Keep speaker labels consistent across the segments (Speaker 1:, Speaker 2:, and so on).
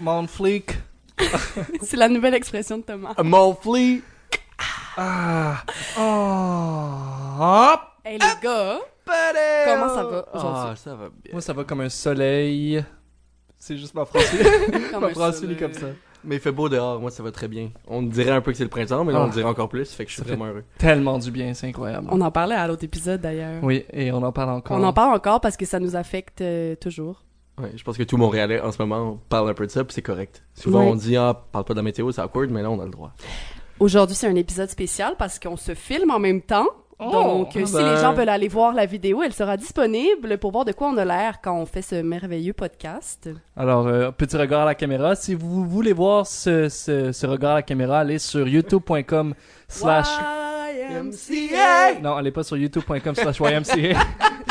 Speaker 1: Mon flic.
Speaker 2: C'est la nouvelle expression de Thomas.
Speaker 3: Mon flic.
Speaker 1: Ah. Oh. Hop.
Speaker 2: Hey les gars, Comment ça va
Speaker 3: Ah,
Speaker 2: aujourd'hui?
Speaker 3: ça va bien.
Speaker 1: Moi, ça va comme un soleil. C'est juste ma français.
Speaker 2: comme
Speaker 1: ma
Speaker 2: un
Speaker 1: français, il
Speaker 2: soleil.
Speaker 1: est comme ça.
Speaker 3: Mais il fait beau dehors, moi ça va très bien. On dirait un peu que c'est le printemps, mais là
Speaker 1: Ah.
Speaker 3: on dirait encore plus, fait que je suis
Speaker 1: Ça fait-
Speaker 3: vraiment heureux.
Speaker 1: Tellement du bien, c'est incroyable.
Speaker 2: On en parlait à l'autre épisode d'ailleurs.
Speaker 1: Oui, et on en parle encore.
Speaker 2: On en parle encore parce que ça nous affecte euh, toujours.
Speaker 3: Ouais, je pense que tout Montréalais en ce moment parle un peu de ça, puis c'est correct. Souvent
Speaker 2: Ouais.
Speaker 3: on dit ah parle pas de la météo, c'est awkward, mais là on a le droit.
Speaker 2: Aujourd'hui, c'est un épisode spécial parce qu'on se filme en même temps.
Speaker 1: Oh,
Speaker 2: Donc,
Speaker 1: ah
Speaker 2: si
Speaker 1: ben.
Speaker 2: les gens veulent aller voir la vidéo, elle sera disponible pour voir de quoi on a l'air quand on fait ce merveilleux podcast.
Speaker 1: Alors, euh, petit regard à la caméra. Si vous voulez voir ce, ce, ce regard à la caméra, allez sur youtube.com slash...
Speaker 2: YMCA.
Speaker 1: Non, allez pas sur youtube.com slash YMCA.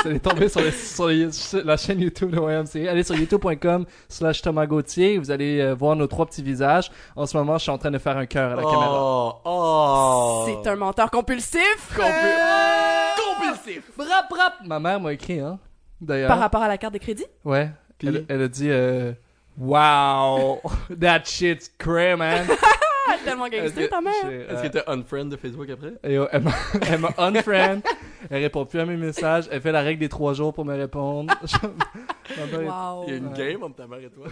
Speaker 1: Vous allez tomber sur, le- sur le- sur la chaîne YouTube de YMCA. Allez sur youtube.com slash Thomas Gauthier. Vous allez euh, voir nos trois petits visages. En ce moment, je suis en train de faire un cœur à la caméra.
Speaker 3: Oh, oh.
Speaker 2: C'est un menteur compulsif
Speaker 3: compulsif.
Speaker 1: Rap, rap! Ma mère m'a écrit, hein, d'ailleurs.
Speaker 2: par rapport à la carte de crédit.
Speaker 1: Ouais.
Speaker 3: Puis-
Speaker 1: Elle, elle a dit euh, Wow, that shit's cray, man.
Speaker 2: Ah, tellement gangster, ta mère.
Speaker 1: J'ai, euh,
Speaker 3: Est-ce que t'es unfriend de Facebook après
Speaker 1: et, euh, elle m'a- elle m'a unfriend. elle répond plus à mes messages. Elle fait la règle des trois jours pour me répondre. Ma mère est-
Speaker 2: Wow.
Speaker 3: Il y a une
Speaker 1: Ouais.
Speaker 3: game entre ta mère et toi.